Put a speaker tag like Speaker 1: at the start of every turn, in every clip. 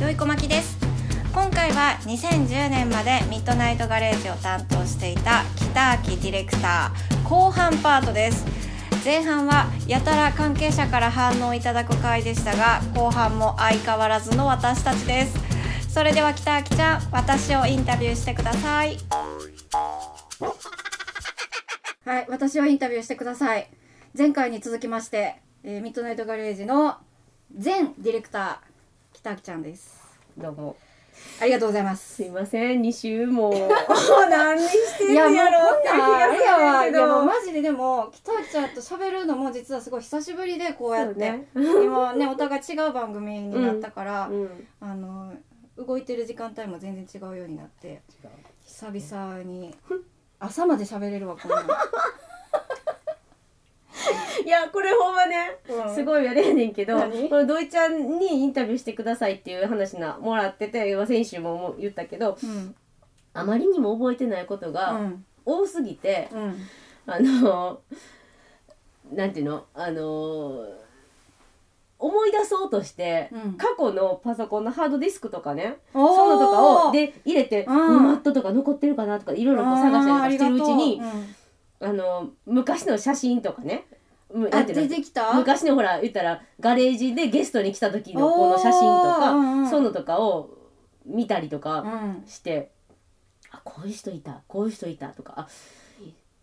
Speaker 1: よいこまきです今回は2010年までミッドナイトガレージを担当していた北秋ディレクター後半パートです前半はやたら関係者から反応いただく回でしたが後半も相変わらずの私たちですそれでは北秋ちゃん私をインタビューしてくださいはい私をインタビューしてください前回に続きまして、えーミッドナイトガレージの前ディレクター北秋ちゃんです
Speaker 2: どうも。
Speaker 1: ありがとうございます
Speaker 2: すいません、二週も。 何して
Speaker 1: いやもうこんなんあれやわいやもう
Speaker 2: わ。
Speaker 1: マジででも北脇ちゃんと喋るのも実はすごい久しぶりでこうやっ
Speaker 2: そう
Speaker 1: て、
Speaker 2: ね
Speaker 1: 今ねお互い違う番組になったから、
Speaker 2: うん。
Speaker 1: あの動いてる時間帯も全然違うようになって久々に朝まで喋れるわこんなん
Speaker 2: いや、これほんまね。
Speaker 1: うん
Speaker 2: すごいやれやねんけど、こ
Speaker 1: 何
Speaker 2: の土井ちゃんにインタビューしてくださいっていう話なもらってて、まあ先週ももう言ったけど、
Speaker 1: うん
Speaker 2: あまりにも覚えてないこと
Speaker 1: う
Speaker 2: が
Speaker 1: ん
Speaker 2: 多すぎて、
Speaker 1: うん
Speaker 2: あの なんていうのあの思い出そうとして、
Speaker 1: うん
Speaker 2: 過去のパソコンのハードディスクとかね、
Speaker 1: おー
Speaker 2: そういうのとかをで入れて、
Speaker 1: う
Speaker 2: うんマットとか残ってるかなとかいろいろこう探したりとかしてるうちにあの昔の写真とかねむ
Speaker 1: あ
Speaker 2: な
Speaker 1: あ
Speaker 2: んて
Speaker 1: 出
Speaker 2: いうの
Speaker 1: てきた
Speaker 2: 昔のほら言ったらガレージでゲストに来た時のこの写真と
Speaker 1: おー
Speaker 2: か、
Speaker 1: うんうん
Speaker 2: そういうのとかを見たりとか、
Speaker 1: うん
Speaker 2: してあこういう人いたこういう人いたとかあ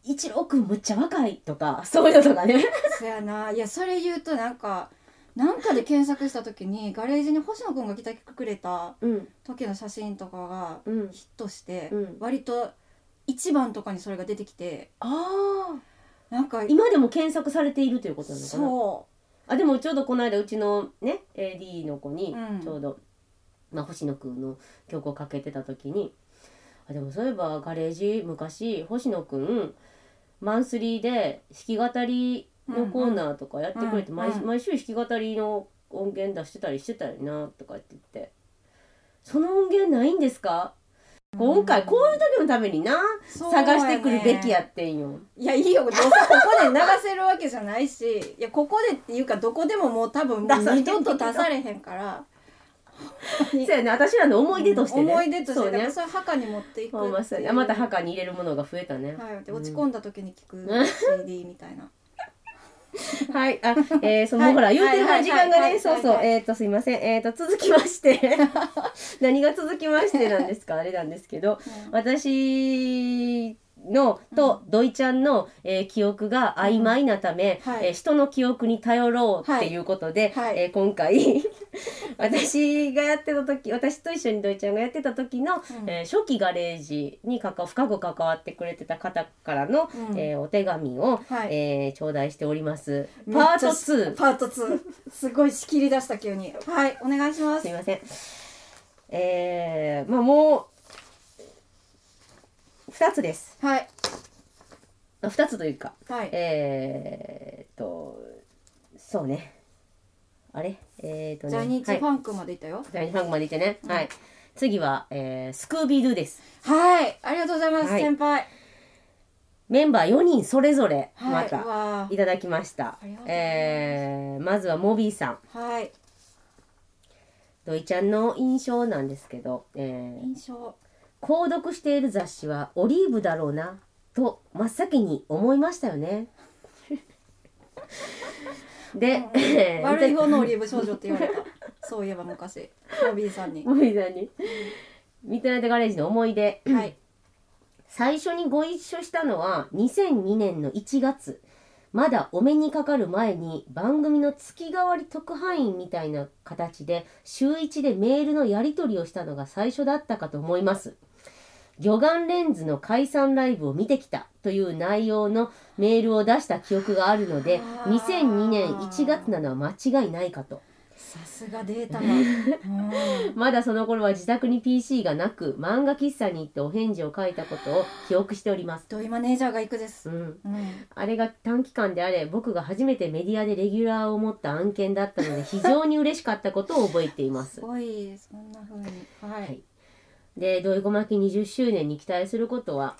Speaker 2: 一郎君むっちゃ若いとかそういうのとかね
Speaker 1: そ やないやそれ言うとなんかなんかで検索した時にガレージに星野くんが来てくれた
Speaker 2: うん
Speaker 1: 時の写真とかが
Speaker 2: うん
Speaker 1: ヒットして、
Speaker 2: うん
Speaker 1: 割と一番とかにそれが出てきて
Speaker 2: ああ
Speaker 1: なんか
Speaker 2: 今でも検索されているということなのかな
Speaker 1: そ
Speaker 2: あでもちょうどこの間うちのね AD の子に
Speaker 1: うん
Speaker 2: ちょうど、まあ、星野くんの曲をかけてた時にあでもそういえばガレージ昔星野くんマンスリーで弾き語りのコーナーとかやってくれて、
Speaker 1: うん
Speaker 2: 毎
Speaker 1: うん
Speaker 2: 毎週弾き語りの音源出してたりしてたよなとかって言って「その音源ないんですか今回こういう時のためにな
Speaker 1: うそうやね
Speaker 2: 探してくるべきやってんよ。
Speaker 1: いやいいよどうせここで流せるわけじゃないしいやここでっていうかどこでももう多分も
Speaker 2: 出
Speaker 1: う
Speaker 2: され
Speaker 1: 二
Speaker 2: へんけど
Speaker 1: 度と出されへんから
Speaker 2: そうやね私らの思い出としてね。
Speaker 1: 思い出として
Speaker 2: そう
Speaker 1: だか
Speaker 2: ね
Speaker 1: らそれ墓に持っていく
Speaker 2: まあまあそうやねまた墓に入れるものが増えたね。
Speaker 1: はい、で
Speaker 2: うん
Speaker 1: 落ち込んだ時に聞
Speaker 2: う
Speaker 1: く
Speaker 2: ん
Speaker 1: CD みたい な。
Speaker 2: はい、あ、えー、そ
Speaker 1: は
Speaker 2: の
Speaker 1: い
Speaker 2: ほら、言うてる
Speaker 1: は
Speaker 2: 間
Speaker 1: い
Speaker 2: 時間
Speaker 1: は
Speaker 2: が
Speaker 1: いは
Speaker 2: ね、
Speaker 1: い
Speaker 2: そうそう
Speaker 1: は、い
Speaker 2: えっと、すいません、えっと、続きまして。 何が続きましてなんですか、あれなんですけど、私。のと土井ちゃんの、えー記憶が曖昧なため、
Speaker 1: うんはい
Speaker 2: えー人の記憶に頼ろうっていうことで、
Speaker 1: はいはい
Speaker 2: えー今回 私がやってた時私と一緒に土井ちゃんがやってた時の、
Speaker 1: ん
Speaker 2: えー初期ガレージにかか深く関わってくれてた方からの、
Speaker 1: うん
Speaker 2: えーお手紙を、
Speaker 1: はい
Speaker 2: えー頂戴しております。
Speaker 1: めっち
Speaker 2: パ
Speaker 1: ゃ
Speaker 2: ート2。
Speaker 1: パート2すごい仕切り出した急にはいお願いしますす
Speaker 2: いません。えー、まあもう、2つです。
Speaker 1: はい
Speaker 2: あ2つというか、
Speaker 1: はい
Speaker 2: えーっと、そうね。あれえーっとね。
Speaker 1: ジャニーズ
Speaker 2: はい
Speaker 1: ファンクまでいったよ
Speaker 2: ジャニーズファンクまでいてね。はい。次は、えースクービードゥです。
Speaker 1: はい、ありがとうございます、
Speaker 2: はい
Speaker 1: 先輩
Speaker 2: メンバー4人それぞれ、
Speaker 1: は
Speaker 2: ま
Speaker 1: い、
Speaker 2: た、
Speaker 1: わ
Speaker 2: いただきました
Speaker 1: ありがとうございま。す
Speaker 2: えー、まずはモビーさん。
Speaker 1: あはい
Speaker 2: 土井ちゃんの印象なんですけど、えー
Speaker 1: 印象
Speaker 2: 購読している雑誌はオリーブだろうなと真っ先に思いました よね。で、
Speaker 1: 悪い方のオリーブ少女って言われたそういえば昔ロビーさんに
Speaker 2: モビーさんにミッドナイトガレージの思い出
Speaker 1: はい
Speaker 2: 最初にご一緒したのは2002年の1月まだお目にかかる前に番組の月替わり特派員みたいな形で週1でメールのやり取りをしたのが最初だったかと思います魚眼レンズの解散ライブを見てきたという内容のメールを出した記憶があるので
Speaker 1: あー
Speaker 2: 2002年1月なのは間違いないかと
Speaker 1: さすがデータマン、うん
Speaker 2: まだその頃は自宅に PC がなく漫画喫茶に行ってお返事を書いたことを記憶しております
Speaker 1: ドイマネージャーが行くです、
Speaker 2: うん
Speaker 1: うん、
Speaker 2: あれが短期間であれ僕が初めてメディアでレギュラーを持った案件だったので非常に嬉しかったことを覚えていますす。
Speaker 1: ごいそんな風にはい、
Speaker 2: はいで「どいごまき20周年」に期待することは、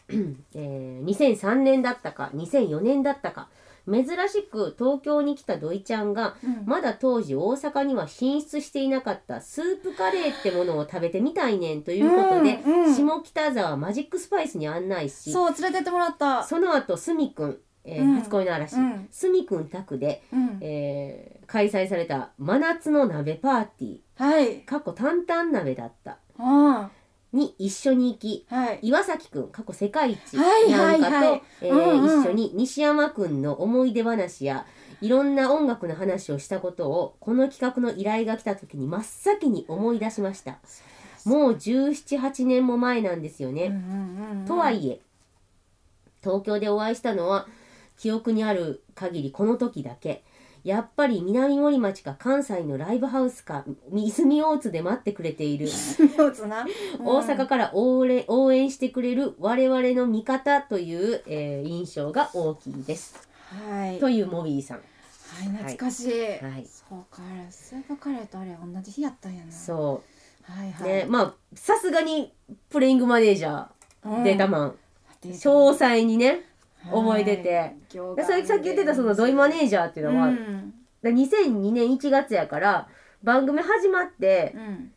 Speaker 2: えー2003年だったか2004年だったか珍しく東京に来た土井ちゃんがまだ当時大阪には進出していなかったスープカレーってものを食べてみたいねんということで、
Speaker 1: うんうん
Speaker 2: 下北沢マジックスパイスに案内し
Speaker 1: そ
Speaker 2: そ
Speaker 1: う連れてってもらった
Speaker 2: の後すみくん、えー
Speaker 1: うん
Speaker 2: 初恋の嵐、
Speaker 1: うん
Speaker 2: すみくん宅で、
Speaker 1: うん
Speaker 2: えー開催された真夏の鍋パーティー
Speaker 1: はい
Speaker 2: かっこ担々鍋だった
Speaker 1: あ
Speaker 2: に一緒に行き
Speaker 1: ーはい
Speaker 2: 岩崎くん過去世界一
Speaker 1: はいは
Speaker 2: ないんかと、
Speaker 1: はい
Speaker 2: えー
Speaker 1: うんうん
Speaker 2: 一緒に西山くんの思い出話やいろんな音楽の話をしたことをこの企画の依頼が来た時に真っ先に思い出しましたもう1718年も前なんですよね、とは
Speaker 1: え
Speaker 2: いえ東京でお会いしたのは記憶にある限りこの時だけやっぱり南森町か関西のライブハウスか泉大津で待ってくれている
Speaker 1: 大阪
Speaker 2: 大阪から応援応援してくれる我々の味方という、えー印象が大きいです。
Speaker 1: はい
Speaker 2: というモビーさん。
Speaker 1: はい懐かしい、
Speaker 2: はい
Speaker 1: そうかあれスープカレーとあれ同じ日やったんやな
Speaker 2: そ
Speaker 1: はいは
Speaker 2: う。
Speaker 1: い、
Speaker 2: ね、まあ、さすがにプレイングマネージャ
Speaker 1: う
Speaker 2: ー、
Speaker 1: ん
Speaker 2: データマン、
Speaker 1: データ
Speaker 2: 詳細にね、覚えて
Speaker 1: は
Speaker 2: て。
Speaker 1: い行
Speaker 2: で
Speaker 1: 間
Speaker 2: それさっき言ってたそのドイマネージャーっていうのは、
Speaker 1: うん
Speaker 2: で2002年1月やから、番組始まって
Speaker 1: うん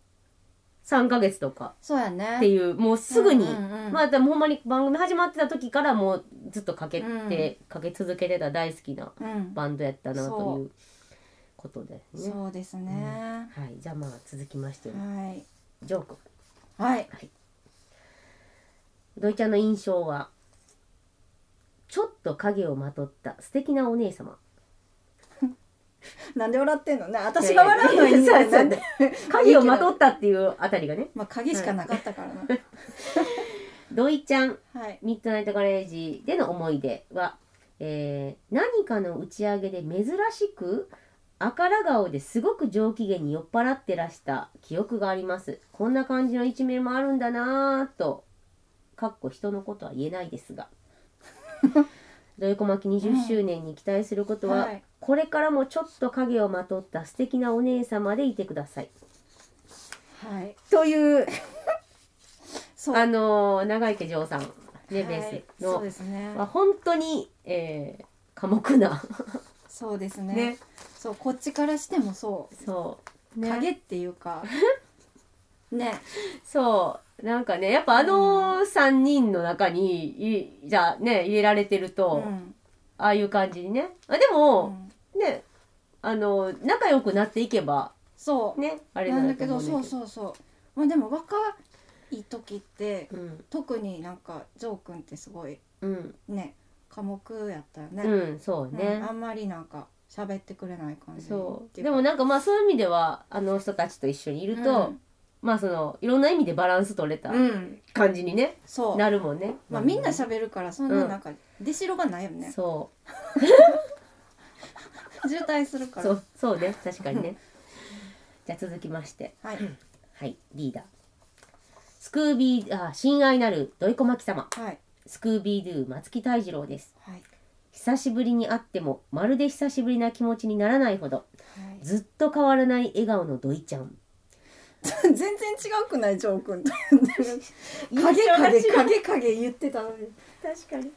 Speaker 2: 3ヶ月とか
Speaker 1: そうやね
Speaker 2: って
Speaker 1: う
Speaker 2: いう、もうすぐに、
Speaker 1: んうん
Speaker 2: まあでもほんまに番組始まってた時からもうずっとかけて、かけ続けてた大好きな
Speaker 1: うん
Speaker 2: バンドやったな
Speaker 1: そう
Speaker 2: ということですね。
Speaker 1: そうですね、
Speaker 2: はい、じゃあまあ続きまして、
Speaker 1: はい
Speaker 2: ジョー君、
Speaker 1: はい
Speaker 2: 土井ちゃんの印象は、ちょっと影をまとった素敵なお姉様。
Speaker 1: なんで笑ってんのね私が笑うの に、
Speaker 2: いやいや
Speaker 1: なんで
Speaker 2: 影をまとったっていうあたりがね、
Speaker 1: まあ鍵しかなかったからな
Speaker 2: 土井ちゃん、
Speaker 1: はい
Speaker 2: ミッドナイトガレージでの思い出は、えー何かの打ち上げで珍しく赤ら顔ですごく上機嫌に酔っ払ってらした記憶がありますこんな感じの一面もあるんだなぁとかっこ人のことは言えないです が土井小牧20周年に期待することは、
Speaker 1: はい
Speaker 2: これからもちょっと影をまとった素敵なお姉様でいてください
Speaker 1: はい
Speaker 2: という
Speaker 1: そう
Speaker 2: あのー長池嬢さんね、ベ
Speaker 1: はい
Speaker 2: ース
Speaker 1: そ
Speaker 2: の
Speaker 1: うですね
Speaker 2: まあ、本当に、えー、寡黙な
Speaker 1: そうですね
Speaker 2: ね
Speaker 1: そうこっちからしてもそう
Speaker 2: そう、
Speaker 1: 影っていう かね
Speaker 2: そうなんかねやっぱあの3人の中にいじゃあね入れられてる
Speaker 1: う
Speaker 2: と、
Speaker 1: ん
Speaker 2: ああいう感じにねあで
Speaker 1: う
Speaker 2: も、
Speaker 1: ん
Speaker 2: ねあの仲良くなっていけば
Speaker 1: そう
Speaker 2: ねあれ
Speaker 1: な
Speaker 2: なん
Speaker 1: んだ
Speaker 2: だ
Speaker 1: け
Speaker 2: と思
Speaker 1: ど
Speaker 2: うんだけ
Speaker 1: そ
Speaker 2: ど
Speaker 1: うそうそうまあでも若い時って
Speaker 2: うん
Speaker 1: 特になんかジョー君ってすごい
Speaker 2: うん
Speaker 1: ね寡黙やったよね
Speaker 2: うんそう
Speaker 1: う
Speaker 2: ね、
Speaker 1: んあんまりなんか喋ってくれない感じ
Speaker 2: そう
Speaker 1: ってい
Speaker 2: で
Speaker 1: か
Speaker 2: もなんかまあそういう意味ではあの人たちと一緒にいると、
Speaker 1: うん
Speaker 2: まあそのいろんな意味でバランス取れた
Speaker 1: うん
Speaker 2: 感じにね、
Speaker 1: そう
Speaker 2: なるもんね。
Speaker 1: まあみんな喋るからそん
Speaker 2: う
Speaker 1: なんなんか出しろがないよね
Speaker 2: そう
Speaker 1: 渋滞するか
Speaker 2: そ
Speaker 1: ら
Speaker 2: うそうね確かにね じゃあ続きまして
Speaker 1: はい
Speaker 2: はいリーダースクービーあ親愛なる土井小牧様
Speaker 1: はい
Speaker 2: スクービードゥ松木太次郎です
Speaker 1: はい
Speaker 2: 久しぶりに会ってもまるで久しぶりな気持ちにならないほど
Speaker 1: はい
Speaker 2: ずっと変わらない笑顔の土井ちゃん
Speaker 1: 全然違うくないジョー君と言ってる影影影影言ってたのに確かに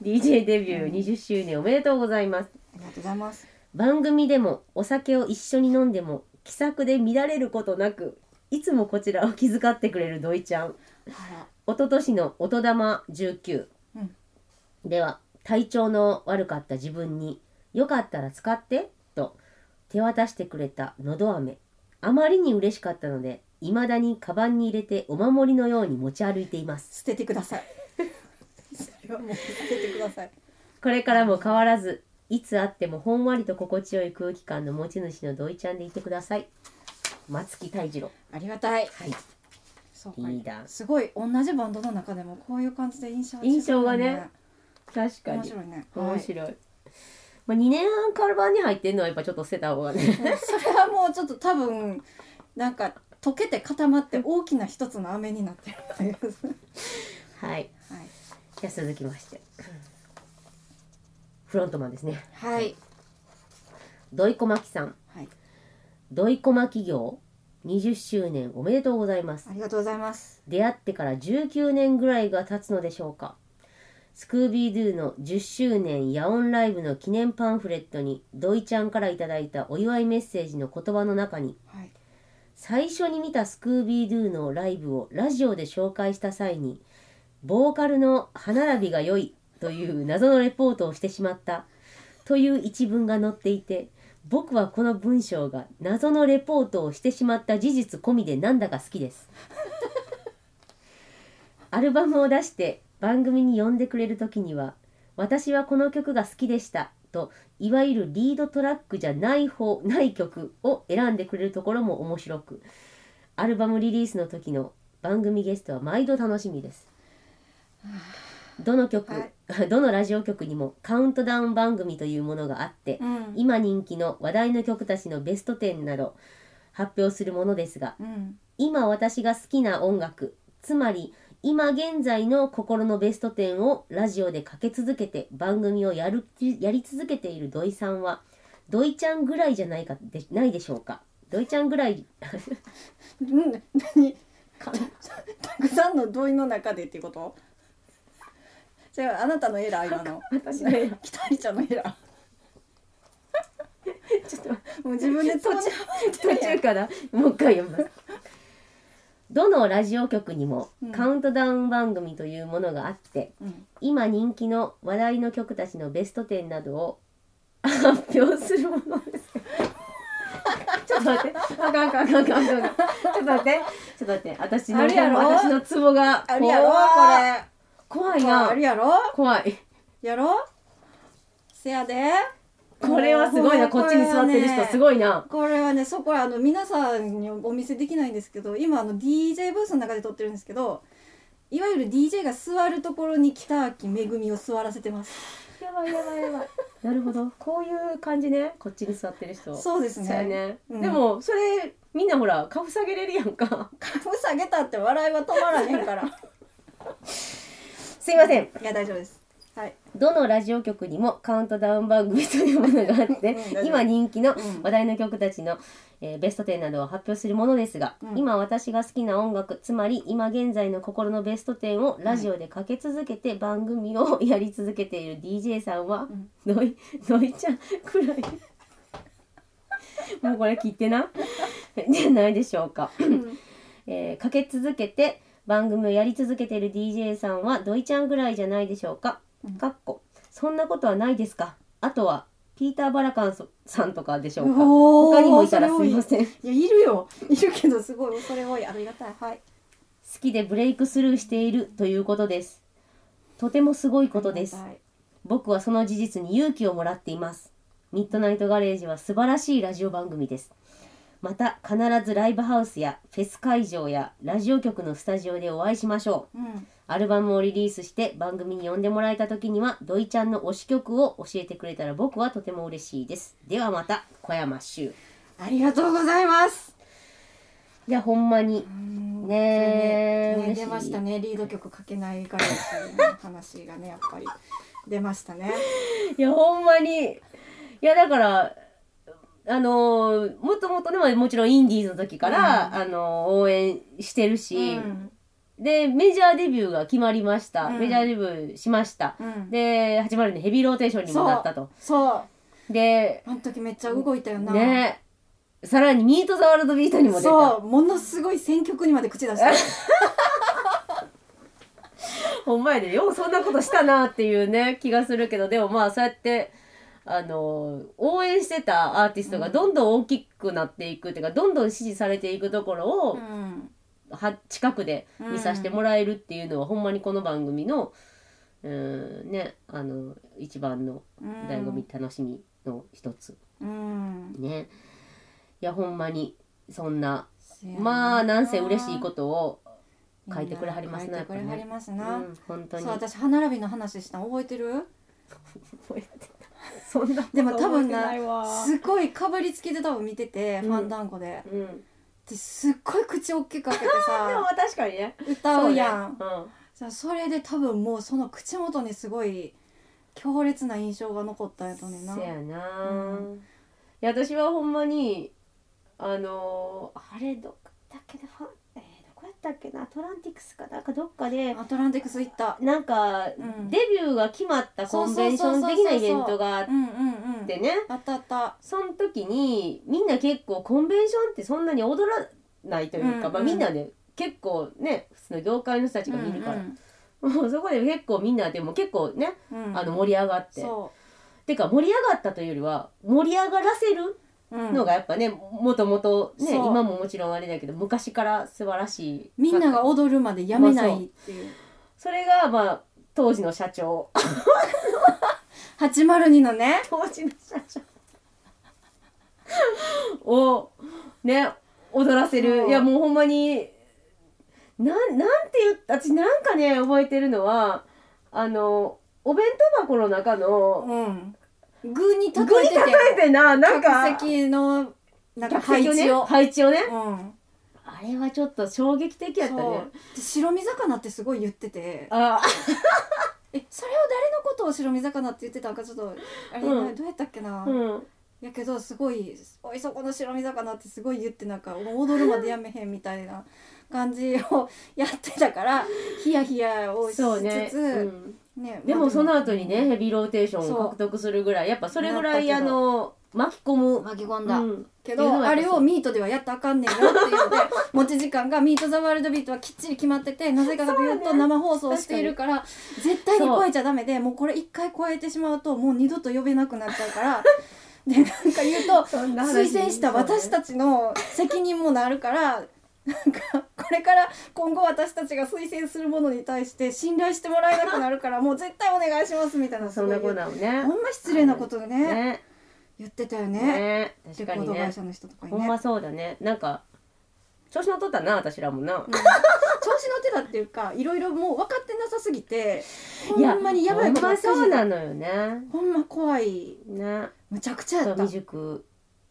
Speaker 2: DJ デビュー20周年おめでとうございます
Speaker 1: ありがとうございます
Speaker 2: 番組でもお酒を一緒に飲んでも気さくで乱れることなくいつもこちらを気遣ってくれる土井ちゃん
Speaker 1: あ
Speaker 2: 一昨年の音玉19、
Speaker 1: うん
Speaker 2: では体調の悪かった自分によかったら使ってと手渡してくれたのど飴あまりに嬉しかったのでいまだにカバンに入れてお守りのように持ち歩いています
Speaker 1: 捨ててくださいそれはもう捨ててください
Speaker 2: これからも変わらずいつあってもほんわりと心地よい空気感の持ち主の土井ちゃんでいてください松木泰次郎
Speaker 1: ありがたい
Speaker 2: はい
Speaker 1: そうか
Speaker 2: リーダー
Speaker 1: すごい同じバンドの中でもこういう感じで印象
Speaker 2: 印象がね確か
Speaker 1: 面
Speaker 2: に
Speaker 1: 白いね
Speaker 2: 面
Speaker 1: い
Speaker 2: 白い、まあ、2年半カルバンに入ってんのはやっぱちょっと捨てた方がね
Speaker 1: うんそれはもうちょっと多分なんか溶けて固まって大きな一つの飴になってるという
Speaker 2: は い
Speaker 1: はい
Speaker 2: じゃあ続きましてフロントマンですね
Speaker 1: はい
Speaker 2: 土井小牧さん
Speaker 1: はい
Speaker 2: 土井小牧業20周年おめでとうございます
Speaker 1: ありがとうございます
Speaker 2: 出会ってから19年ぐらいが経つのでしょうかスクービードゥの10周年ヤオンライブの記念パンフレットに土井ちゃんからいただいたお祝いメッセージの言葉の中に
Speaker 1: はい、
Speaker 2: 最初に見たスクービードゥのライブをラジオで紹介した際にボーカルの歯並びが良いという謎のレポートをしてしまったという一文が載っていて僕はこの文章が謎のレポートをしてしまった事実込みでなんだか好きですアルバムを出して番組に呼んでくれる時には「私はこの曲が好きでした」といわゆるリードトラックじゃない方ない曲を選んでくれるところも面白くアルバムリリースの時の番組ゲストは毎度楽しみですどの曲、
Speaker 1: は
Speaker 2: どのラジオ局にもカウントダウン番組というものがあって、
Speaker 1: うん、
Speaker 2: 今人気の話題の曲たちのベスト10など発表するものですが
Speaker 1: うん、
Speaker 2: 今私が好きな音楽つまり今現在の心のベスト10をラジオでかけ続けて番組をやるやり続けている土井さんは土井ちゃんぐらいじゃないかでないでしょうか土井ちゃんぐらい
Speaker 1: うん、何かたくさんの同意の中でっていうことじゃああなたのエラー今の
Speaker 2: 私の エラー
Speaker 1: 北井ちゃんのエラー
Speaker 2: ちょっと
Speaker 1: もう自分で
Speaker 2: 途中
Speaker 1: 途
Speaker 2: 途中からもう一回読みますどのラジオ局にも
Speaker 1: うん
Speaker 2: カウントダウン番組というものがあって、
Speaker 1: うん、
Speaker 2: 今人気の話題の曲たちのベスト10などを発表するもの です。ちょっと待って、あかんあかんあかんあかんあかん。ちょっと待って、ちょっと待って、私の
Speaker 1: あるやろ
Speaker 2: 私のツボが
Speaker 1: あるやろこ
Speaker 2: 怖
Speaker 1: れ
Speaker 2: い
Speaker 1: あ
Speaker 2: な
Speaker 1: る。やろ
Speaker 2: 怖い。
Speaker 1: やろせやで
Speaker 2: これはすごいな。
Speaker 1: も
Speaker 2: こ
Speaker 1: う
Speaker 2: っちに座ってる人すごいな。
Speaker 1: これはねそうこれあの皆さんにお見せできないんですけど今あの DJ ブースの中で撮ってるんですけどいわゆる DJ が座るところに北秋めぐみを座らせてます
Speaker 2: やばいやばいやばい。なるほど。こういう感じね。こっちに座ってる人。
Speaker 1: そうですね
Speaker 2: そうやね。
Speaker 1: うん
Speaker 2: でもそれみんなほら株下げれるやんか。
Speaker 1: 株下げたって笑いは止まらへんから い
Speaker 2: すいません。
Speaker 1: や大丈夫ですはい
Speaker 2: どのラジオ局にもカウントダウン番組というものがあって
Speaker 1: うん大丈夫
Speaker 2: 今人気の
Speaker 1: うん
Speaker 2: 話題の曲たちの、えーベスト10などを発表するものですが、
Speaker 1: うん
Speaker 2: 今私が好きな音楽つまり今現在の心のベスト10をラジオでかけ続けて番組をやり続けている DJ さんは
Speaker 1: うん
Speaker 2: のいのいちゃんくらい もうこれ切ってな じゃないでしょうか。えーかけ続けて番組をやり続けている DJ さんは土井ちゃんぐらいじゃないでしょうか
Speaker 1: うん。
Speaker 2: かっこそんなことはないですか。あとはピーター・バラカンソさんとかでしょうか。
Speaker 1: おー
Speaker 2: 他にもいたらす
Speaker 1: それ多
Speaker 2: みません。好
Speaker 1: いやいるよいるけどすごい恐れ多いありがたいはい
Speaker 2: きでブレイクスルーしているということです。とてもすごいことです。
Speaker 1: はい
Speaker 2: 僕はその事実に勇気をもらっています。ミッドナイトガレージは素晴らしいラジオ番組です。また必ずライブハウスやフェス会場やラジオ局のスタジオでお会いしましょう。
Speaker 1: うん
Speaker 2: アルバムをリリースして番組に呼んでもらえた時には土井ちゃんの推し曲を教えてくれたら僕はとても嬉しいですではまた小山修
Speaker 1: ありがとうございます
Speaker 2: いやほんまに
Speaker 1: うん
Speaker 2: ねえ
Speaker 1: それね
Speaker 2: 嬉しい
Speaker 1: 出ましたねリード曲かけないからって いう話がねやっぱり出ましたね。
Speaker 2: いやほんまにいやだからあのーもっともっとでももちろんインディーズの時から、
Speaker 1: うん
Speaker 2: あのー応援してるし、
Speaker 1: うん
Speaker 2: でメジャーデビューが決まりました、
Speaker 1: うん
Speaker 2: メジャーデビューしました、
Speaker 1: うん、
Speaker 2: で80のヘビーローテーションにもなったと
Speaker 1: そう
Speaker 2: で
Speaker 1: あの時めっちゃ動いたよな。
Speaker 2: ねさらにミート・ザ・ワールド・ビートにも出た
Speaker 1: そうものすごい選曲にまで口出した。
Speaker 2: ほんまやでようそんなことしたなっていうね気がするけどでもまあそうやってあの応援してたアーティストがどんどん大きくなっていくっていうかどんどん支持されていくところを
Speaker 1: うん
Speaker 2: は近くで見させてもらえるっていうのはほんまにこの番組のうんねあの一番の
Speaker 1: うん
Speaker 2: 醍醐味楽しみの一つ
Speaker 1: うん。
Speaker 2: ね。いやほんまにそんな
Speaker 1: せやな
Speaker 2: まあなんせ嬉しいことを書いてくれはりますな
Speaker 1: 書いてくれはりますな。
Speaker 2: うん、本当に
Speaker 1: そう私歯並びの話したの覚えてる？
Speaker 2: 覚えてない そんなこと
Speaker 1: でも多分な
Speaker 2: 覚えていわ
Speaker 1: すごいかぶりつきで多分見てて、
Speaker 2: うん
Speaker 1: ファンダンゴで。
Speaker 2: うん、
Speaker 1: ですっごい口大きく開けて
Speaker 2: でも
Speaker 1: さ
Speaker 2: 確かにね
Speaker 1: 歌うやん。
Speaker 2: そうね
Speaker 1: じゃあそれで多分もうその口元にすごい強烈な印象が残ったんやと
Speaker 2: うん
Speaker 1: ねんな
Speaker 2: せやな、
Speaker 1: う
Speaker 2: いや私はほんまにあのーあれどっだっけでファンえーどこやったっけなアトランティクスかなんかどっかで
Speaker 1: アトランティクス行った
Speaker 2: なんか
Speaker 1: うん
Speaker 2: デビューが決まったコンベンション的なイベントがあっ
Speaker 1: うんうんうん
Speaker 2: てね
Speaker 1: あったあった
Speaker 2: その時にみんな結構コンベンションってそんなに踊らないというか、
Speaker 1: うん
Speaker 2: まあ、
Speaker 1: うん
Speaker 2: みんなね結構ね普通の業界の人たちが見るから、
Speaker 1: うん
Speaker 2: もうそこで結構みんなでも結構ね、
Speaker 1: うんうん
Speaker 2: あの盛り上がって
Speaker 1: そ
Speaker 2: てか盛り上がったというよりは盛り上がらせる
Speaker 1: う、うん
Speaker 2: のがやっぱね、もともとね
Speaker 1: そう
Speaker 2: 今ももちろんあれだけど昔から素晴らしい
Speaker 1: みんなが踊るまでやめないっていう
Speaker 2: それがまあ当時の社長
Speaker 1: 802のね
Speaker 2: 当時の社長 をね踊らせ
Speaker 1: そ
Speaker 2: る
Speaker 1: う
Speaker 2: いやもうほんまになんなんて言った私なんかね覚えてるのはあのお弁当箱の中の
Speaker 1: うんグーに
Speaker 2: 具
Speaker 1: 叩
Speaker 2: に
Speaker 1: いてて
Speaker 2: 叩いてななんか
Speaker 1: 客席のなんか
Speaker 2: 客
Speaker 1: 配
Speaker 2: 席をね
Speaker 1: 置を、
Speaker 2: 配置をね
Speaker 1: うん
Speaker 2: あれはちょっと衝撃的やったね
Speaker 1: そうで白身魚ってすごい言ってて
Speaker 2: あ
Speaker 1: えそれを誰のことを白身魚って言ってたんかちょっとあれ、
Speaker 2: うん
Speaker 1: どうやったっけな、
Speaker 2: うん
Speaker 1: やけどすごい「おいそこの白身魚」ってすごい言ってなんかもう踊るまでやめへんみたいな感じをやってたからヒヤヒヤをしつつ
Speaker 2: そうね、うん
Speaker 1: ね
Speaker 2: で
Speaker 1: ま
Speaker 2: も
Speaker 1: あ
Speaker 2: その後にねヘビーローテーションを獲得するぐらいやっぱそれぐらい
Speaker 1: なっ
Speaker 2: あ
Speaker 1: たけど
Speaker 2: の巻き込む、
Speaker 1: 巻き込んだ、
Speaker 2: うん
Speaker 1: け
Speaker 2: っていうの
Speaker 1: どあ
Speaker 2: はやっぱ
Speaker 1: れ
Speaker 2: そう
Speaker 1: をミートではやったらあかんねんよって いうので持ち時間が「ミート・ザ・ワールド・ビート」はきっちり決まっててなぜかという
Speaker 2: そう
Speaker 1: と
Speaker 2: ね
Speaker 1: 生放送をしているから絶対に超えちゃダメでもうこれ一回超えてしまうともう二度と呼べなくなっちゃうからでなんか言う と
Speaker 2: そんな話
Speaker 1: 推薦した私たちの責任もなるから。なんかこれから今後私たちが推薦するものに対して信頼してもらえなくなるからもう絶対お願いしますみたいな
Speaker 2: そんなことなの
Speaker 1: す
Speaker 2: ね
Speaker 1: ごいほんま失礼なことでね
Speaker 2: ね
Speaker 1: 言ってたよ
Speaker 2: ね
Speaker 1: ねレコ
Speaker 2: 確か
Speaker 1: ー
Speaker 2: に
Speaker 1: ド会
Speaker 2: ね
Speaker 1: 社の人とかに
Speaker 2: ほ
Speaker 1: ね
Speaker 2: んまそうだねなんか調子乗っとったな私らもな
Speaker 1: うん調子乗ってたっていうかいろいろもう分かってなさすぎてほ
Speaker 2: いや
Speaker 1: んまにやばいことばっか
Speaker 2: ほんまそう
Speaker 1: り
Speaker 2: な
Speaker 1: で
Speaker 2: のよね
Speaker 1: ほんま怖い
Speaker 2: ね
Speaker 1: むちゃくちゃ
Speaker 2: ちょ
Speaker 1: やっ
Speaker 2: っと
Speaker 1: た
Speaker 2: 未熟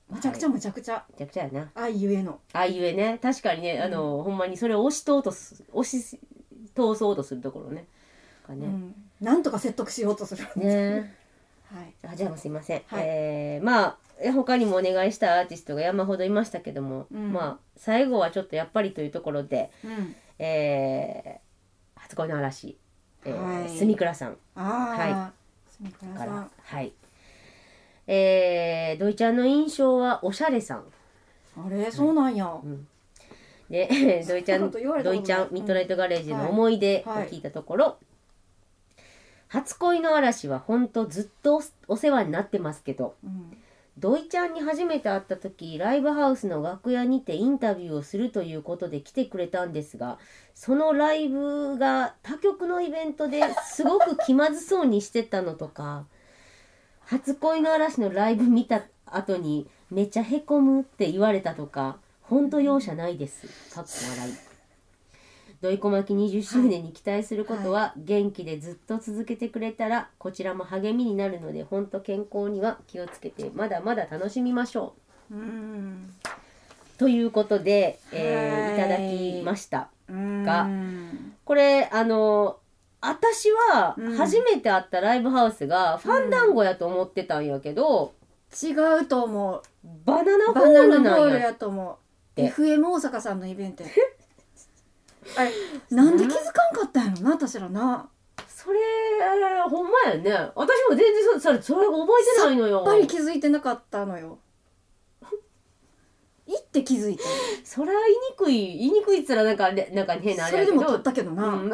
Speaker 1: むちゃくちゃむちゃくちゃ
Speaker 2: めちゃくちゃやな
Speaker 1: 愛ゆえの
Speaker 2: ああいうえね確かにねあの、ほんまにそれを押し通とす押し通そうとするところねが
Speaker 1: う
Speaker 2: ね、
Speaker 1: んなんとか説得しようとする
Speaker 2: ね
Speaker 1: はい
Speaker 2: あじゃあもうすいません、
Speaker 1: はい
Speaker 2: えーまあえ他にもお願いしたアーティストが山ほどいましたけども、
Speaker 1: うん
Speaker 2: まあ最後はちょっとやっぱりというところで、
Speaker 1: うん
Speaker 2: えー初恋の嵐、えー
Speaker 1: はい
Speaker 2: 住倉さん
Speaker 1: ああすみか
Speaker 2: から
Speaker 1: さん
Speaker 2: はいえー、土井ちゃんの印象はおしゃれさん、
Speaker 1: あれそうなんや
Speaker 2: うん、で土井ちゃ
Speaker 1: そんなんこと言われた
Speaker 2: 土
Speaker 1: こと
Speaker 2: 井
Speaker 1: ない
Speaker 2: ちゃんミッドナイトガレージの思い出を聞いたところ、初恋の嵐は本当ずっとおお世話になってますけど
Speaker 1: うん
Speaker 2: 土井ちゃんに初めて会った時ライブハウスの楽屋にてインタビューをするということで来てくれたんですがそのライブが他局のイベントですごく気まずそうにしてたのとか初恋の嵐のライブ見た後にめっちゃへこむって言われたとか本当容赦ないです。かっこ笑い土井小牧20周年に期待することは元気でずっと続けてくれたらこちらも励みになるので本当健康には気をつけてまだまだ楽しみましょ
Speaker 1: うん
Speaker 2: うということで、えー
Speaker 1: はい
Speaker 2: いただきました
Speaker 1: うん
Speaker 2: がこれあの私は
Speaker 1: うん
Speaker 2: 初めて会ったライブハウスがファンダンゴやと思ってたんやけど、
Speaker 1: 違うと思
Speaker 2: バナナ
Speaker 1: う
Speaker 2: ホ
Speaker 1: バ
Speaker 2: ー
Speaker 1: ナ
Speaker 2: ル
Speaker 1: ナ
Speaker 2: な
Speaker 1: ホー
Speaker 2: ん
Speaker 1: ル
Speaker 2: や
Speaker 1: やと思う
Speaker 2: で
Speaker 1: FM 大阪さんのイベント やあれなんで気づかんかったんやろな私らな
Speaker 2: それほんまやね私も全然そそれそれ覚えてないの
Speaker 1: や
Speaker 2: よ
Speaker 1: っぱり気づいてなかったのよ。 いって気づいて。
Speaker 2: それは言いにくい言いにくいっつったらなんかねなんか変なあ
Speaker 1: そ
Speaker 2: れや
Speaker 1: れで
Speaker 2: けど
Speaker 1: も取ったけどな。
Speaker 2: うん い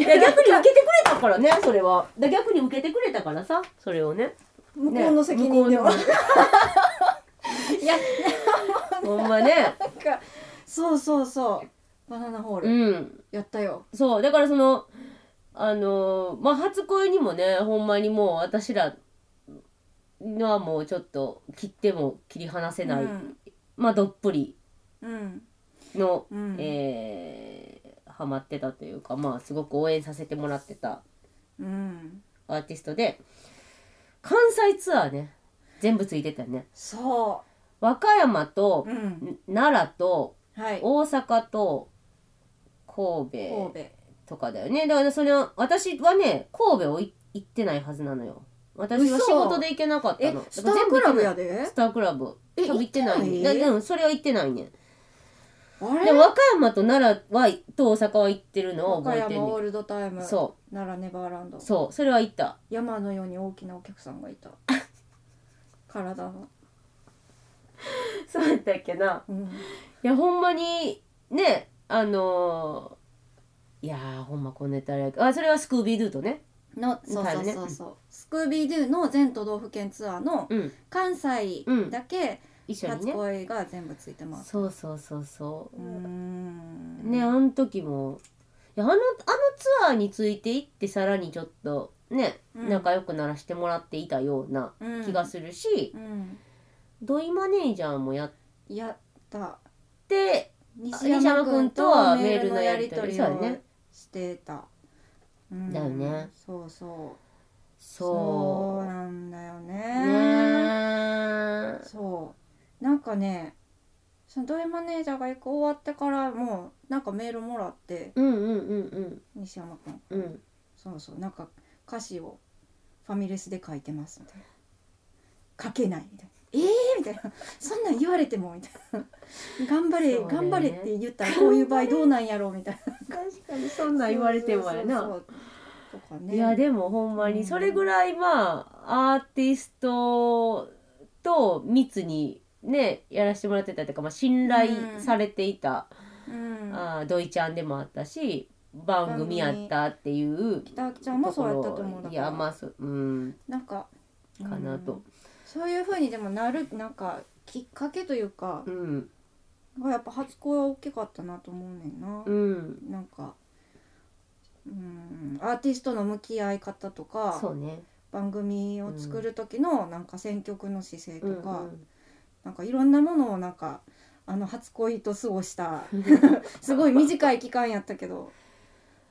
Speaker 2: や逆に受けてくれたからねそれはだ逆に受けてくれたからさそれをね
Speaker 1: 向こうの責任では。
Speaker 2: ね
Speaker 1: いや、
Speaker 2: ほんまね
Speaker 1: なんか、そうそうそう。バナナホー
Speaker 2: う
Speaker 1: ル。
Speaker 2: ん
Speaker 1: やったよ。
Speaker 2: そうだからそのあのーまあ初恋にもねほんまにもう私らのはもうちょっと切っても切り離せない、
Speaker 1: うん。
Speaker 2: まあどっぷり
Speaker 1: うん。
Speaker 2: の、
Speaker 1: うん
Speaker 2: えーハマってたというかまあすごく応援させてもらってた
Speaker 1: うん。
Speaker 2: アーティストで関西ツアーね全部ついてたよね
Speaker 1: そ
Speaker 2: 和歌山と
Speaker 1: う。うん。
Speaker 2: 奈良と
Speaker 1: はい。
Speaker 2: 大阪と神
Speaker 1: 神
Speaker 2: 戸
Speaker 1: 戸。
Speaker 2: とかだよねだからそれは私はね神戸をい行ってないはずなのよ私は仕事で行けなかった
Speaker 1: え
Speaker 2: の、
Speaker 1: スタークラブや
Speaker 2: だから全部行ってない
Speaker 1: で
Speaker 2: ス。タークラブ
Speaker 1: え
Speaker 2: 多分行ってない
Speaker 1: 行って
Speaker 2: ね
Speaker 1: な
Speaker 2: だ
Speaker 1: い
Speaker 2: でもそれは行ってないね
Speaker 1: あ
Speaker 2: で
Speaker 1: れ
Speaker 2: 和歌山と奈良はと大阪は行ってるのを
Speaker 1: 岡
Speaker 2: 覚えて
Speaker 1: 山
Speaker 2: る、
Speaker 1: オールドタイム
Speaker 2: そ
Speaker 1: 奈良ネバーランド
Speaker 2: うそうそれは行った
Speaker 1: 山のように大きなお客さんがい た体の、
Speaker 2: そうやったっけな
Speaker 1: うん、
Speaker 2: いやほんまにねあのーいやーほんまこんなネタあれやけどあそれはスクービードゥとね
Speaker 1: のそう
Speaker 2: タイ
Speaker 1: そう
Speaker 2: ムね
Speaker 1: そうそう、スクービードゥの全都道府県ツアーの
Speaker 2: うん
Speaker 1: 関西だけ
Speaker 2: 一緒に
Speaker 1: 初
Speaker 2: ね
Speaker 1: 恋が全部ついてます、
Speaker 2: そうそうそうそう
Speaker 1: ー
Speaker 2: う、
Speaker 1: ん
Speaker 2: ねあの時もいやあのあのツアーについて行ってさらにちょっとね、
Speaker 1: うん
Speaker 2: 仲良くならしてもらっていたような気がするし、
Speaker 1: うん、うん、
Speaker 2: 土井マネージャーもやっ
Speaker 1: やった
Speaker 2: て
Speaker 1: 西山君とはメールのやり取り
Speaker 2: そう
Speaker 1: を
Speaker 2: やね
Speaker 1: してた、うん
Speaker 2: だよね
Speaker 1: そうそう
Speaker 2: そ
Speaker 1: そうなんだよ
Speaker 2: う
Speaker 1: ね
Speaker 2: ね
Speaker 1: そうなんかねそのドイマネージャーが一個終わってからもうなんかメールもらって
Speaker 2: うんうんうん
Speaker 1: 西山君
Speaker 2: うんうん
Speaker 1: そうそうなんか歌詞をファミレスで書いてますみたいな書けないみたいなえー、みたいなそんなん言われてもみたいな頑張れ、
Speaker 2: そうだよね
Speaker 1: 頑張れって言ったらこういう場合どうなんやろうみたいな
Speaker 2: 確かにそんなん言われてもやな
Speaker 1: そうそうそうとかね
Speaker 2: いやでもほんま
Speaker 1: うん
Speaker 2: にそれぐらいまあアーティストと密にねやらせてもらってたというか、まあ、信頼されていた、
Speaker 1: うん
Speaker 2: あードイちゃんでもあったし番組やったっていう
Speaker 1: 北脇ちゃんもそうやったと思うだ
Speaker 2: い
Speaker 1: か
Speaker 2: や
Speaker 1: ら
Speaker 2: まあそううん
Speaker 1: なんか
Speaker 2: かなと
Speaker 1: そういうふうにでもなるなんかきっかけというか
Speaker 2: う、ん
Speaker 1: やっぱ初恋は大きかったなと思うねんな、
Speaker 2: うん
Speaker 1: なんかうんアーティストの向き合い方と
Speaker 2: そ
Speaker 1: か
Speaker 2: うね
Speaker 1: 番組を作る時のなんか選曲の姿勢と
Speaker 2: うんう
Speaker 1: か、
Speaker 2: ん
Speaker 1: なんかいろんなものをなんかあの初恋と過ごした すごい短い期間やったけど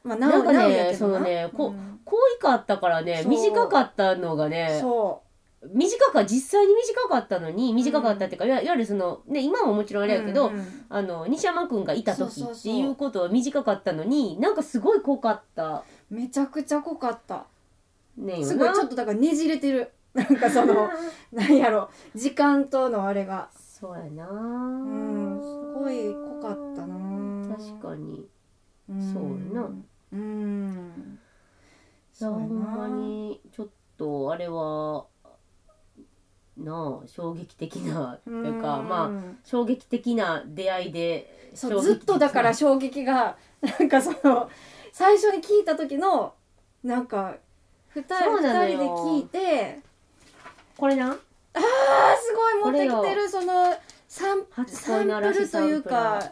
Speaker 1: まあな
Speaker 2: なんかね
Speaker 1: なおやけどな
Speaker 2: そのねこ
Speaker 1: うん
Speaker 2: 好意かったからね
Speaker 1: そう
Speaker 2: 短かったのがね
Speaker 1: そ
Speaker 2: 短か実際に短かったのに短かったっていうか、いわいわゆるそのね今ももちろん
Speaker 1: う
Speaker 2: あれやけど、
Speaker 1: うんうん
Speaker 2: あの西山くんがいた時
Speaker 1: そうそう
Speaker 2: っ
Speaker 1: そ
Speaker 2: て
Speaker 1: う
Speaker 2: いうことは短かったのになんかすごい濃かった
Speaker 1: めちゃくちゃ濃かった
Speaker 2: ねんよ
Speaker 1: すごい
Speaker 2: な
Speaker 1: ちょっとだからねじれてるなんかそ のなんやろ時間とのあれが
Speaker 2: そうやな
Speaker 1: うんすごい濃かったな
Speaker 2: 確かに
Speaker 1: ん
Speaker 2: そうやな
Speaker 1: うん
Speaker 2: いや
Speaker 1: そう
Speaker 2: ほ
Speaker 1: や
Speaker 2: んまにちょっとあれはなあ衝撃的なというかまあ
Speaker 1: あ
Speaker 2: 衝撃的な出会いで
Speaker 1: そうずっとだから
Speaker 2: 衝
Speaker 1: 衝撃がなんかその最初に聞いた時のなんか二人
Speaker 2: そうなの
Speaker 1: 二人
Speaker 2: よ
Speaker 1: で聞いて
Speaker 2: 撃これな
Speaker 1: あーすごい持っ
Speaker 2: こ
Speaker 1: て
Speaker 2: れ
Speaker 1: きてるそのサン
Speaker 2: 初
Speaker 1: サ
Speaker 2: 恋
Speaker 1: ン
Speaker 2: の
Speaker 1: プ
Speaker 2: 嵐
Speaker 1: ルという
Speaker 2: サン
Speaker 1: か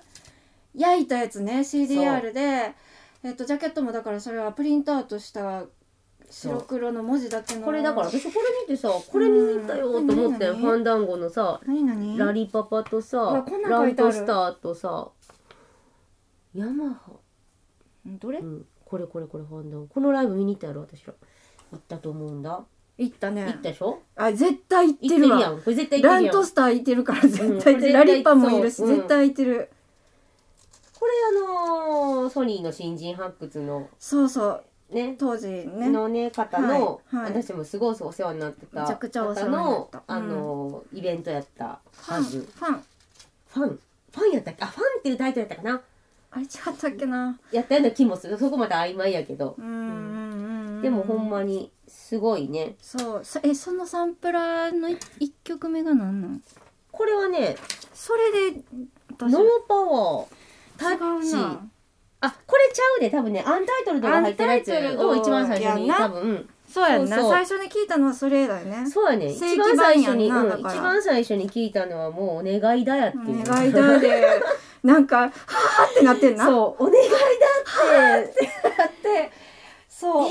Speaker 1: 焼いたやつね CDR で、えっと、ジャケットもだからそれはプリントアウトした白黒の文字だけの
Speaker 2: これだから私これ見てさこれ見に行ったよと思ったよ
Speaker 1: うん
Speaker 2: ファンダンゴのさ
Speaker 1: 何何
Speaker 2: ラリパパと
Speaker 1: ほら
Speaker 2: さ
Speaker 1: こんなん
Speaker 2: ラ
Speaker 1: 書
Speaker 2: ン
Speaker 1: いてある
Speaker 2: トスターとさヤマハ、
Speaker 1: どれ
Speaker 2: うん、これこれこれファンダンゴこのライブ見に行ったやろ私ら行ったと思うんだ
Speaker 1: 行ったね
Speaker 2: 行ったでしょ
Speaker 1: あ絶対行っ
Speaker 2: 行っててる
Speaker 1: る
Speaker 2: や
Speaker 1: わ
Speaker 2: んこれ絶対行っ
Speaker 1: ラ
Speaker 2: てる
Speaker 1: ン
Speaker 2: やん
Speaker 1: トスター行ってるから絶対行って
Speaker 2: う
Speaker 1: る
Speaker 2: ん
Speaker 1: ラリッパもいるし
Speaker 2: そううん
Speaker 1: 絶対行ってる
Speaker 2: これあのーソニーの新人発掘の
Speaker 1: そうそう
Speaker 2: ね
Speaker 1: 当時ね
Speaker 2: のね方の、
Speaker 1: はいはい
Speaker 2: 私もすごいお世話になってた
Speaker 1: めちゃくちゃお世話
Speaker 2: 方
Speaker 1: になっ
Speaker 2: の
Speaker 1: た
Speaker 2: あのーイベントやった
Speaker 1: ファ
Speaker 2: は
Speaker 1: ン
Speaker 2: ず
Speaker 1: ファン
Speaker 2: ファンファンやったっけあファンっていうタイトルやったかな
Speaker 1: あれ違ったっけな
Speaker 2: やったような気もするそこまで曖昧やけど
Speaker 1: う、んうんうんうん
Speaker 2: でもほんまにすごいね
Speaker 1: そうそえそのサンプラーのい一曲目が何なん
Speaker 2: これはね
Speaker 1: それで
Speaker 2: ノ
Speaker 1: 私
Speaker 2: ーパワータ
Speaker 1: 違う
Speaker 2: ッチ
Speaker 1: な
Speaker 2: あこれちゃうで多分ねアンタイトルドが入ってるや
Speaker 1: アンタイトル
Speaker 2: つ
Speaker 1: ド
Speaker 2: を一番最初に
Speaker 1: やんな
Speaker 2: 多分
Speaker 1: そうやんな
Speaker 2: そうそう
Speaker 1: 最初に聞いたのはそれだよね
Speaker 2: そうやね
Speaker 1: 正規
Speaker 2: 一番
Speaker 1: 版
Speaker 2: 最
Speaker 1: や
Speaker 2: 初
Speaker 1: ん
Speaker 2: に、
Speaker 1: な
Speaker 2: うん
Speaker 1: だから
Speaker 2: 一番最初に聞いたのはもう「お願いだ」やっていう
Speaker 1: 願いだで なんかはあってなってんな
Speaker 2: そう「お願い だ」ってっ
Speaker 1: でそう、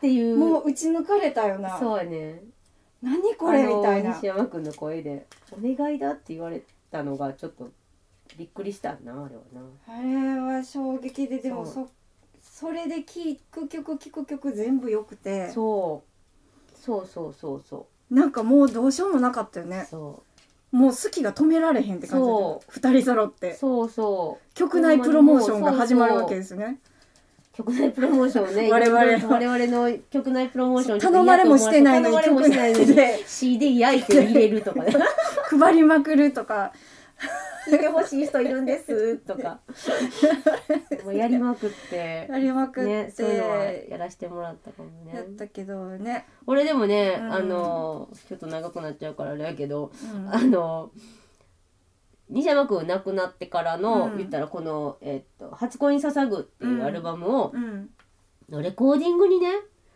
Speaker 2: ていう
Speaker 1: もう打ち抜かれたよな
Speaker 2: そうやね
Speaker 1: 何これ
Speaker 2: あの
Speaker 1: みたいな
Speaker 2: 西山君の声で「お願いだ」って言われたのがちょっとびっくりしたなあれはな
Speaker 1: あれは衝撃ででも
Speaker 2: そ
Speaker 1: そそれで聴く曲聴く曲全部良くて
Speaker 2: そうそうそうそうそ
Speaker 1: なんかもうどうしようもなかったよ
Speaker 2: う
Speaker 1: ね
Speaker 2: そ
Speaker 1: もう好きが止められへんって感じ
Speaker 2: そ
Speaker 1: で二人揃っ
Speaker 2: う
Speaker 1: て
Speaker 2: そうそう
Speaker 1: 曲内プロモーションが始まるわけですよね
Speaker 2: 局内プロモーションをね
Speaker 1: 我々の
Speaker 2: いろいろ我々の局内プロモーショ ン
Speaker 1: 頼まれもしてないのに
Speaker 2: 頼まれも してないの
Speaker 1: 曲内
Speaker 2: に
Speaker 1: で
Speaker 2: CD 焼いて入れるとかね
Speaker 1: 配りまくるとか
Speaker 2: 聞いてほしい人いるんです」と かもうやりまくって
Speaker 1: やりまくって、
Speaker 2: ねそういうのはやらせてもらったかも
Speaker 1: や
Speaker 2: ね
Speaker 1: ったけどね、
Speaker 2: 俺でもね、
Speaker 1: うん
Speaker 2: あのちょっと長くなっちゃうからあれやけど
Speaker 1: うん
Speaker 2: あの西山君亡くなってからの、
Speaker 1: うん
Speaker 2: 言ったらこの「えっと初恋に捧ぐ」っていうアルバムを、
Speaker 1: うん
Speaker 2: のレコーディングにね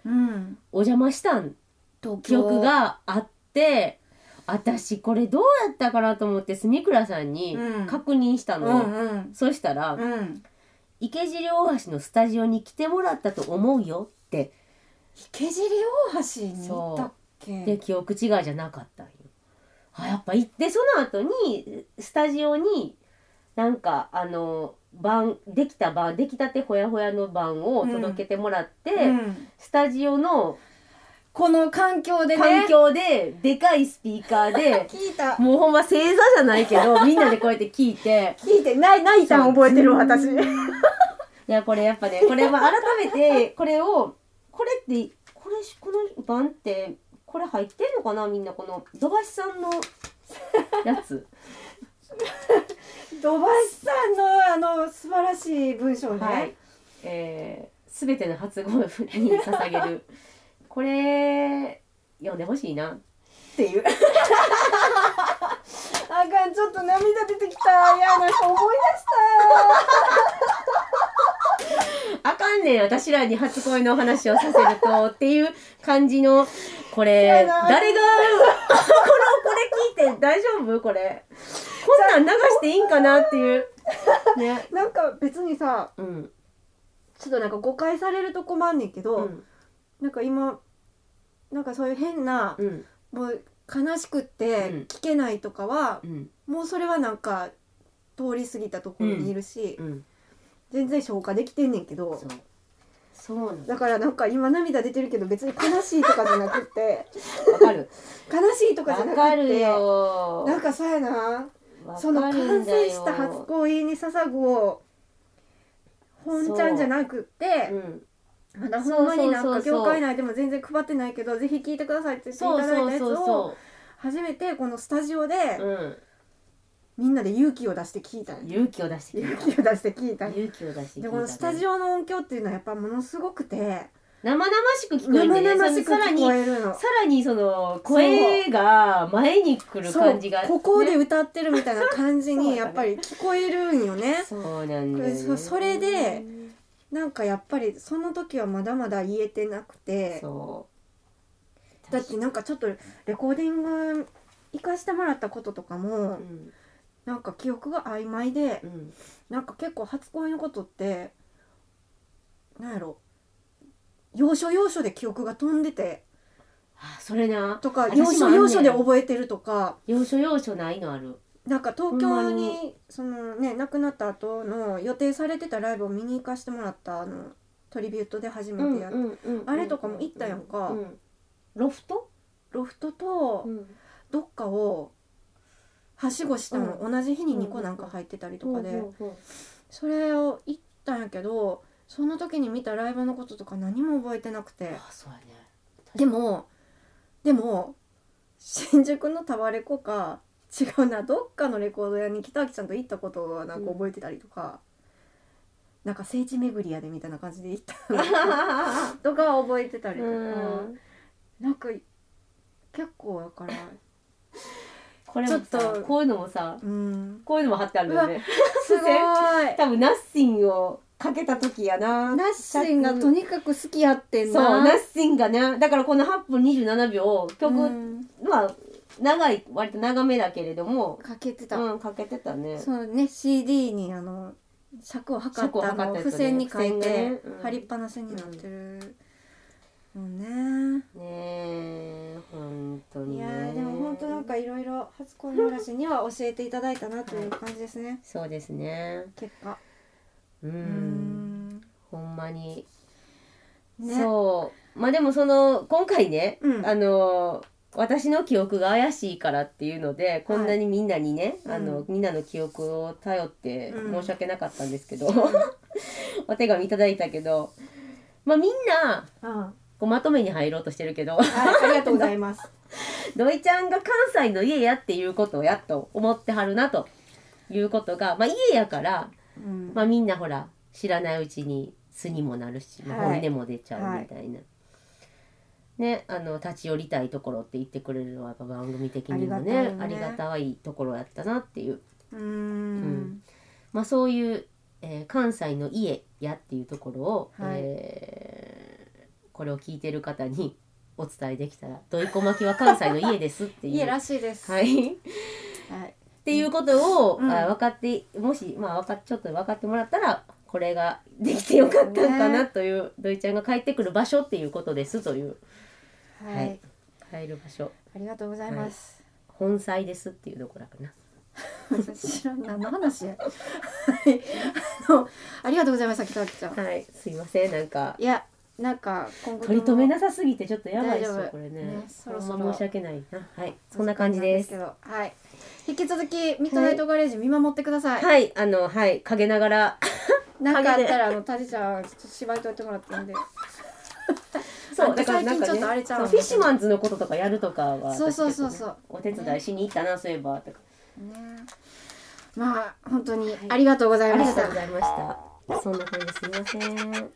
Speaker 1: うん、
Speaker 2: お邪魔したん
Speaker 1: 東京
Speaker 2: 記憶、があって私これどうやったかなと思って住倉さんに
Speaker 1: うん
Speaker 2: 確認した
Speaker 1: うん
Speaker 2: の、
Speaker 1: うん
Speaker 2: そしたら、
Speaker 1: うん、
Speaker 2: 池尻大橋のスタジオに来てもらったと思うよ」って
Speaker 1: 池尻大橋に行ったっ
Speaker 2: で
Speaker 1: け
Speaker 2: 記憶違いじゃなかったんよ。あやっぱ行ってその後にスタジオになんかあの晩できた晩できたてほやほやの晩を届けてもらって、
Speaker 1: うん
Speaker 2: スタジオの
Speaker 1: この環境でね
Speaker 2: 環境ででかいスピーカー で
Speaker 1: 聞いた
Speaker 2: もうほんま正座じゃないけどみんなでこうやって聞いて。
Speaker 1: 聞いてない泣いたん覚えてる私うん
Speaker 2: いやこれやっぱねこれは改めてこれをこれってこれこの版ってこれ入ってんのかなみんなこの土橋さんのやつ
Speaker 1: 土橋さんのあの素晴らしい文章ね、
Speaker 2: はいえー、全ての初ゴルフに捧げ るこれ読んでほしいなってい う
Speaker 1: あかんちょっと涙出てきたいやなんか思い
Speaker 2: あかんねん私らに初恋のお話をさせるとっていう感じのこ
Speaker 1: や
Speaker 2: れ
Speaker 1: な
Speaker 2: 誰が このこれ聞いて大丈夫これこんなん流していいんかなっていうね
Speaker 1: 出したなんか別にさ
Speaker 2: うん
Speaker 1: ちょっとなんか誤解されると困んねんけど、
Speaker 2: うん
Speaker 1: なんか今なんかそういう変な、
Speaker 2: うん
Speaker 1: もう悲しくっ
Speaker 2: うん
Speaker 1: て聞けないとかは
Speaker 2: う、ん
Speaker 1: もうそれはなんか通り過ぎたところにいるし、
Speaker 2: うん
Speaker 1: 全然消化できてんねんけど
Speaker 2: そうそうなの
Speaker 1: だからなんか今涙出てるけど別に悲しいとかじゃなく て
Speaker 2: わかる
Speaker 1: 悲しいとか
Speaker 2: わ
Speaker 1: じゃな
Speaker 2: か
Speaker 1: く
Speaker 2: る
Speaker 1: て
Speaker 2: よ
Speaker 1: なんかさやな
Speaker 2: わ
Speaker 1: その
Speaker 2: かる
Speaker 1: 完
Speaker 2: んだ
Speaker 1: 成
Speaker 2: よ
Speaker 1: した初恋に捧ぐを本ちゃんじゃなくって
Speaker 2: うん
Speaker 1: まだほんまになん
Speaker 2: そうそう
Speaker 1: か
Speaker 2: そうそ
Speaker 1: 業
Speaker 2: う
Speaker 1: 界内でも全然配ってないけどぜひ聞いてくださいって言っていた
Speaker 2: そう
Speaker 1: だい
Speaker 2: そ
Speaker 1: た
Speaker 2: う
Speaker 1: やつ
Speaker 2: そう
Speaker 1: を
Speaker 2: そ
Speaker 1: 初めてこのスタジオで
Speaker 2: ううん
Speaker 1: みんなで勇気を出して聞いたんや
Speaker 2: 勇気を出して
Speaker 1: 勇気を出して聞いたんや
Speaker 2: 勇気を出して聞い
Speaker 1: で
Speaker 2: た
Speaker 1: このスタジオの音響っていうのはやっぱものすごくて
Speaker 2: 生々しく聞こえ
Speaker 1: 生
Speaker 2: るんだよね
Speaker 1: 々しく
Speaker 2: さら
Speaker 1: 聞
Speaker 2: に
Speaker 1: こえるの
Speaker 2: さらにその声が前に来る
Speaker 1: そう
Speaker 2: 感じが、
Speaker 1: ここで
Speaker 2: ね
Speaker 1: 歌ってるみたいな感じ
Speaker 2: そう
Speaker 1: にやっぱり聞こえるんよね
Speaker 2: そうなんだよ、ね、
Speaker 1: そそれでなんかやっぱりその時はまだまだ言えてなくて
Speaker 2: そう
Speaker 1: だってなんかちょっとレコーディング行かしてもらったこととか
Speaker 2: う
Speaker 1: も
Speaker 2: ん
Speaker 1: なんか記憶が曖昧で
Speaker 2: うん
Speaker 1: なんか結構初恋のことってなんやろ要所要所で記憶が飛んでて
Speaker 2: あそれな
Speaker 1: とか
Speaker 2: 私
Speaker 1: 要
Speaker 2: もあ
Speaker 1: 所
Speaker 2: んねん
Speaker 1: 要所で覚えてるとか
Speaker 2: 要所要所ないのある
Speaker 1: なんか東
Speaker 2: ほんま
Speaker 1: 京
Speaker 2: に
Speaker 1: にそのね亡くなった後の予定されてたライブを見に行かしてもらったあのトリビュートで初めてやった、あれとかも行ったやんか
Speaker 2: うんロフト、
Speaker 1: ロフトとどっかをはしごしたの、同じ日に2個なんか入ってたりとかで、
Speaker 2: うん うん
Speaker 1: それを行ったんやけどその時に見たライブのこととか何も覚えてなくて
Speaker 2: あそうやね
Speaker 1: でもでも新宿のタワレコか違うなどっかのレコード屋に北脇ちゃんと行ったことはなんか覚えてたりとか、なんか聖地巡りやでみたいな感じで行ったとかは覚えてたりとか、
Speaker 2: うん
Speaker 1: なんか結構だから
Speaker 2: これも
Speaker 1: ちょっ
Speaker 2: さ
Speaker 1: と
Speaker 2: こういうのもさ
Speaker 1: うん
Speaker 2: こういうのも貼ってあるよね
Speaker 1: すごい
Speaker 2: 多分ナッシングをかけた時やな
Speaker 1: ナッシンがとにかく好きやってん
Speaker 2: そう
Speaker 1: な
Speaker 2: ナッシングがねだからこの8分27秒曲、
Speaker 1: うん
Speaker 2: まあ長い割と長めだけれども
Speaker 1: かけてた、
Speaker 2: うんかけてたね
Speaker 1: そうね CD にあの尺を測
Speaker 2: 尺を
Speaker 1: った
Speaker 2: 測
Speaker 1: の
Speaker 2: っ
Speaker 1: を
Speaker 2: たやつね
Speaker 1: 付箋に書い
Speaker 2: 付箋がね
Speaker 1: て
Speaker 2: うん
Speaker 1: 貼りっぱなしになってるもんね。
Speaker 2: ねえ本当に
Speaker 1: い
Speaker 2: ね
Speaker 1: やーでも本当なんかいろいろ初恋の話には教えていただいたなという感じですね。
Speaker 2: そうですね
Speaker 1: 結果。
Speaker 2: うん
Speaker 1: うーん。
Speaker 2: ほんまに、
Speaker 1: ね。
Speaker 2: そうまあでもその今回ね、
Speaker 1: うん
Speaker 2: あの私の記憶が怪しいからっていうのでこんなにみんなにね、
Speaker 1: はい
Speaker 2: あの
Speaker 1: うん
Speaker 2: みんなの記憶を頼って
Speaker 1: うん
Speaker 2: 申し訳なかったんですけど、 お手紙いただいたけどまあみんな
Speaker 1: あ
Speaker 2: こうまとめに入ろうとしてるけど
Speaker 1: あ、はい、ありがとうございます。
Speaker 2: 土井ちゃんが関西の家やっていうことをやっと思ってはるなということが、まあ、家やから、
Speaker 1: うん
Speaker 2: まあ、みんなほら知らないうちに巣にもなるし、まあ
Speaker 1: はい
Speaker 2: 本音も出ちゃうみたいな、ねあの立ち寄りたいところって言ってくれるのはやっぱ番組的にもねあ
Speaker 1: あり
Speaker 2: り
Speaker 1: がたいよね
Speaker 2: がたいところやったなっていう、
Speaker 1: うーん
Speaker 2: まあ、そういう、えー関西の家やっていうところを、
Speaker 1: はい
Speaker 2: えーこれを聞いてる方にお伝えできたら「どいこ巻きは関西の家です」っていう。
Speaker 1: 家らしいです。。
Speaker 2: はいい
Speaker 1: はい。
Speaker 2: っていうことを、
Speaker 1: うん
Speaker 2: あ分かってもし、まあ、分かちょっと分かってもらったらこれができてよかったんかな
Speaker 1: ね
Speaker 2: という、土井ちゃんが帰ってくる場所っていうことですという
Speaker 1: はい
Speaker 2: はい帰る場所
Speaker 1: ありがとうございます。
Speaker 2: 本妻ですっていうところかな。
Speaker 1: 知らん何の話や。はい。あのありがとうございました北脇ちゃん。
Speaker 2: はいすいませんなんか
Speaker 1: いやなんか今後と
Speaker 2: 取
Speaker 1: も
Speaker 2: り留めなさすぎてちょっとやばいです
Speaker 1: 大
Speaker 2: よ
Speaker 1: 丈夫
Speaker 2: これね
Speaker 1: ねそろそろ
Speaker 2: ほんま申し訳ないなはいそんな感じです。
Speaker 1: けどはい。引き続きミッドナイトガレージ見守ってください。
Speaker 2: はいあのはい陰な がら
Speaker 1: なんかあったらあのタジちゃんちょっと芝居といてもらってい いんで。
Speaker 2: そ
Speaker 1: なん
Speaker 2: う
Speaker 1: か
Speaker 2: だからなん
Speaker 1: 最近ちょ
Speaker 2: か
Speaker 1: っ
Speaker 2: ね
Speaker 1: とあれちゃう
Speaker 2: そうフィッシュマンズのこととかやるとかは
Speaker 1: そうそうそうそう
Speaker 2: 私結構ねお手伝いしに行ったなそういえばとか
Speaker 1: ね。まあ本当にありがとうござい
Speaker 2: あ
Speaker 1: ま
Speaker 2: りが
Speaker 1: し
Speaker 2: と
Speaker 1: た。
Speaker 2: うございました。そんな感じすみません。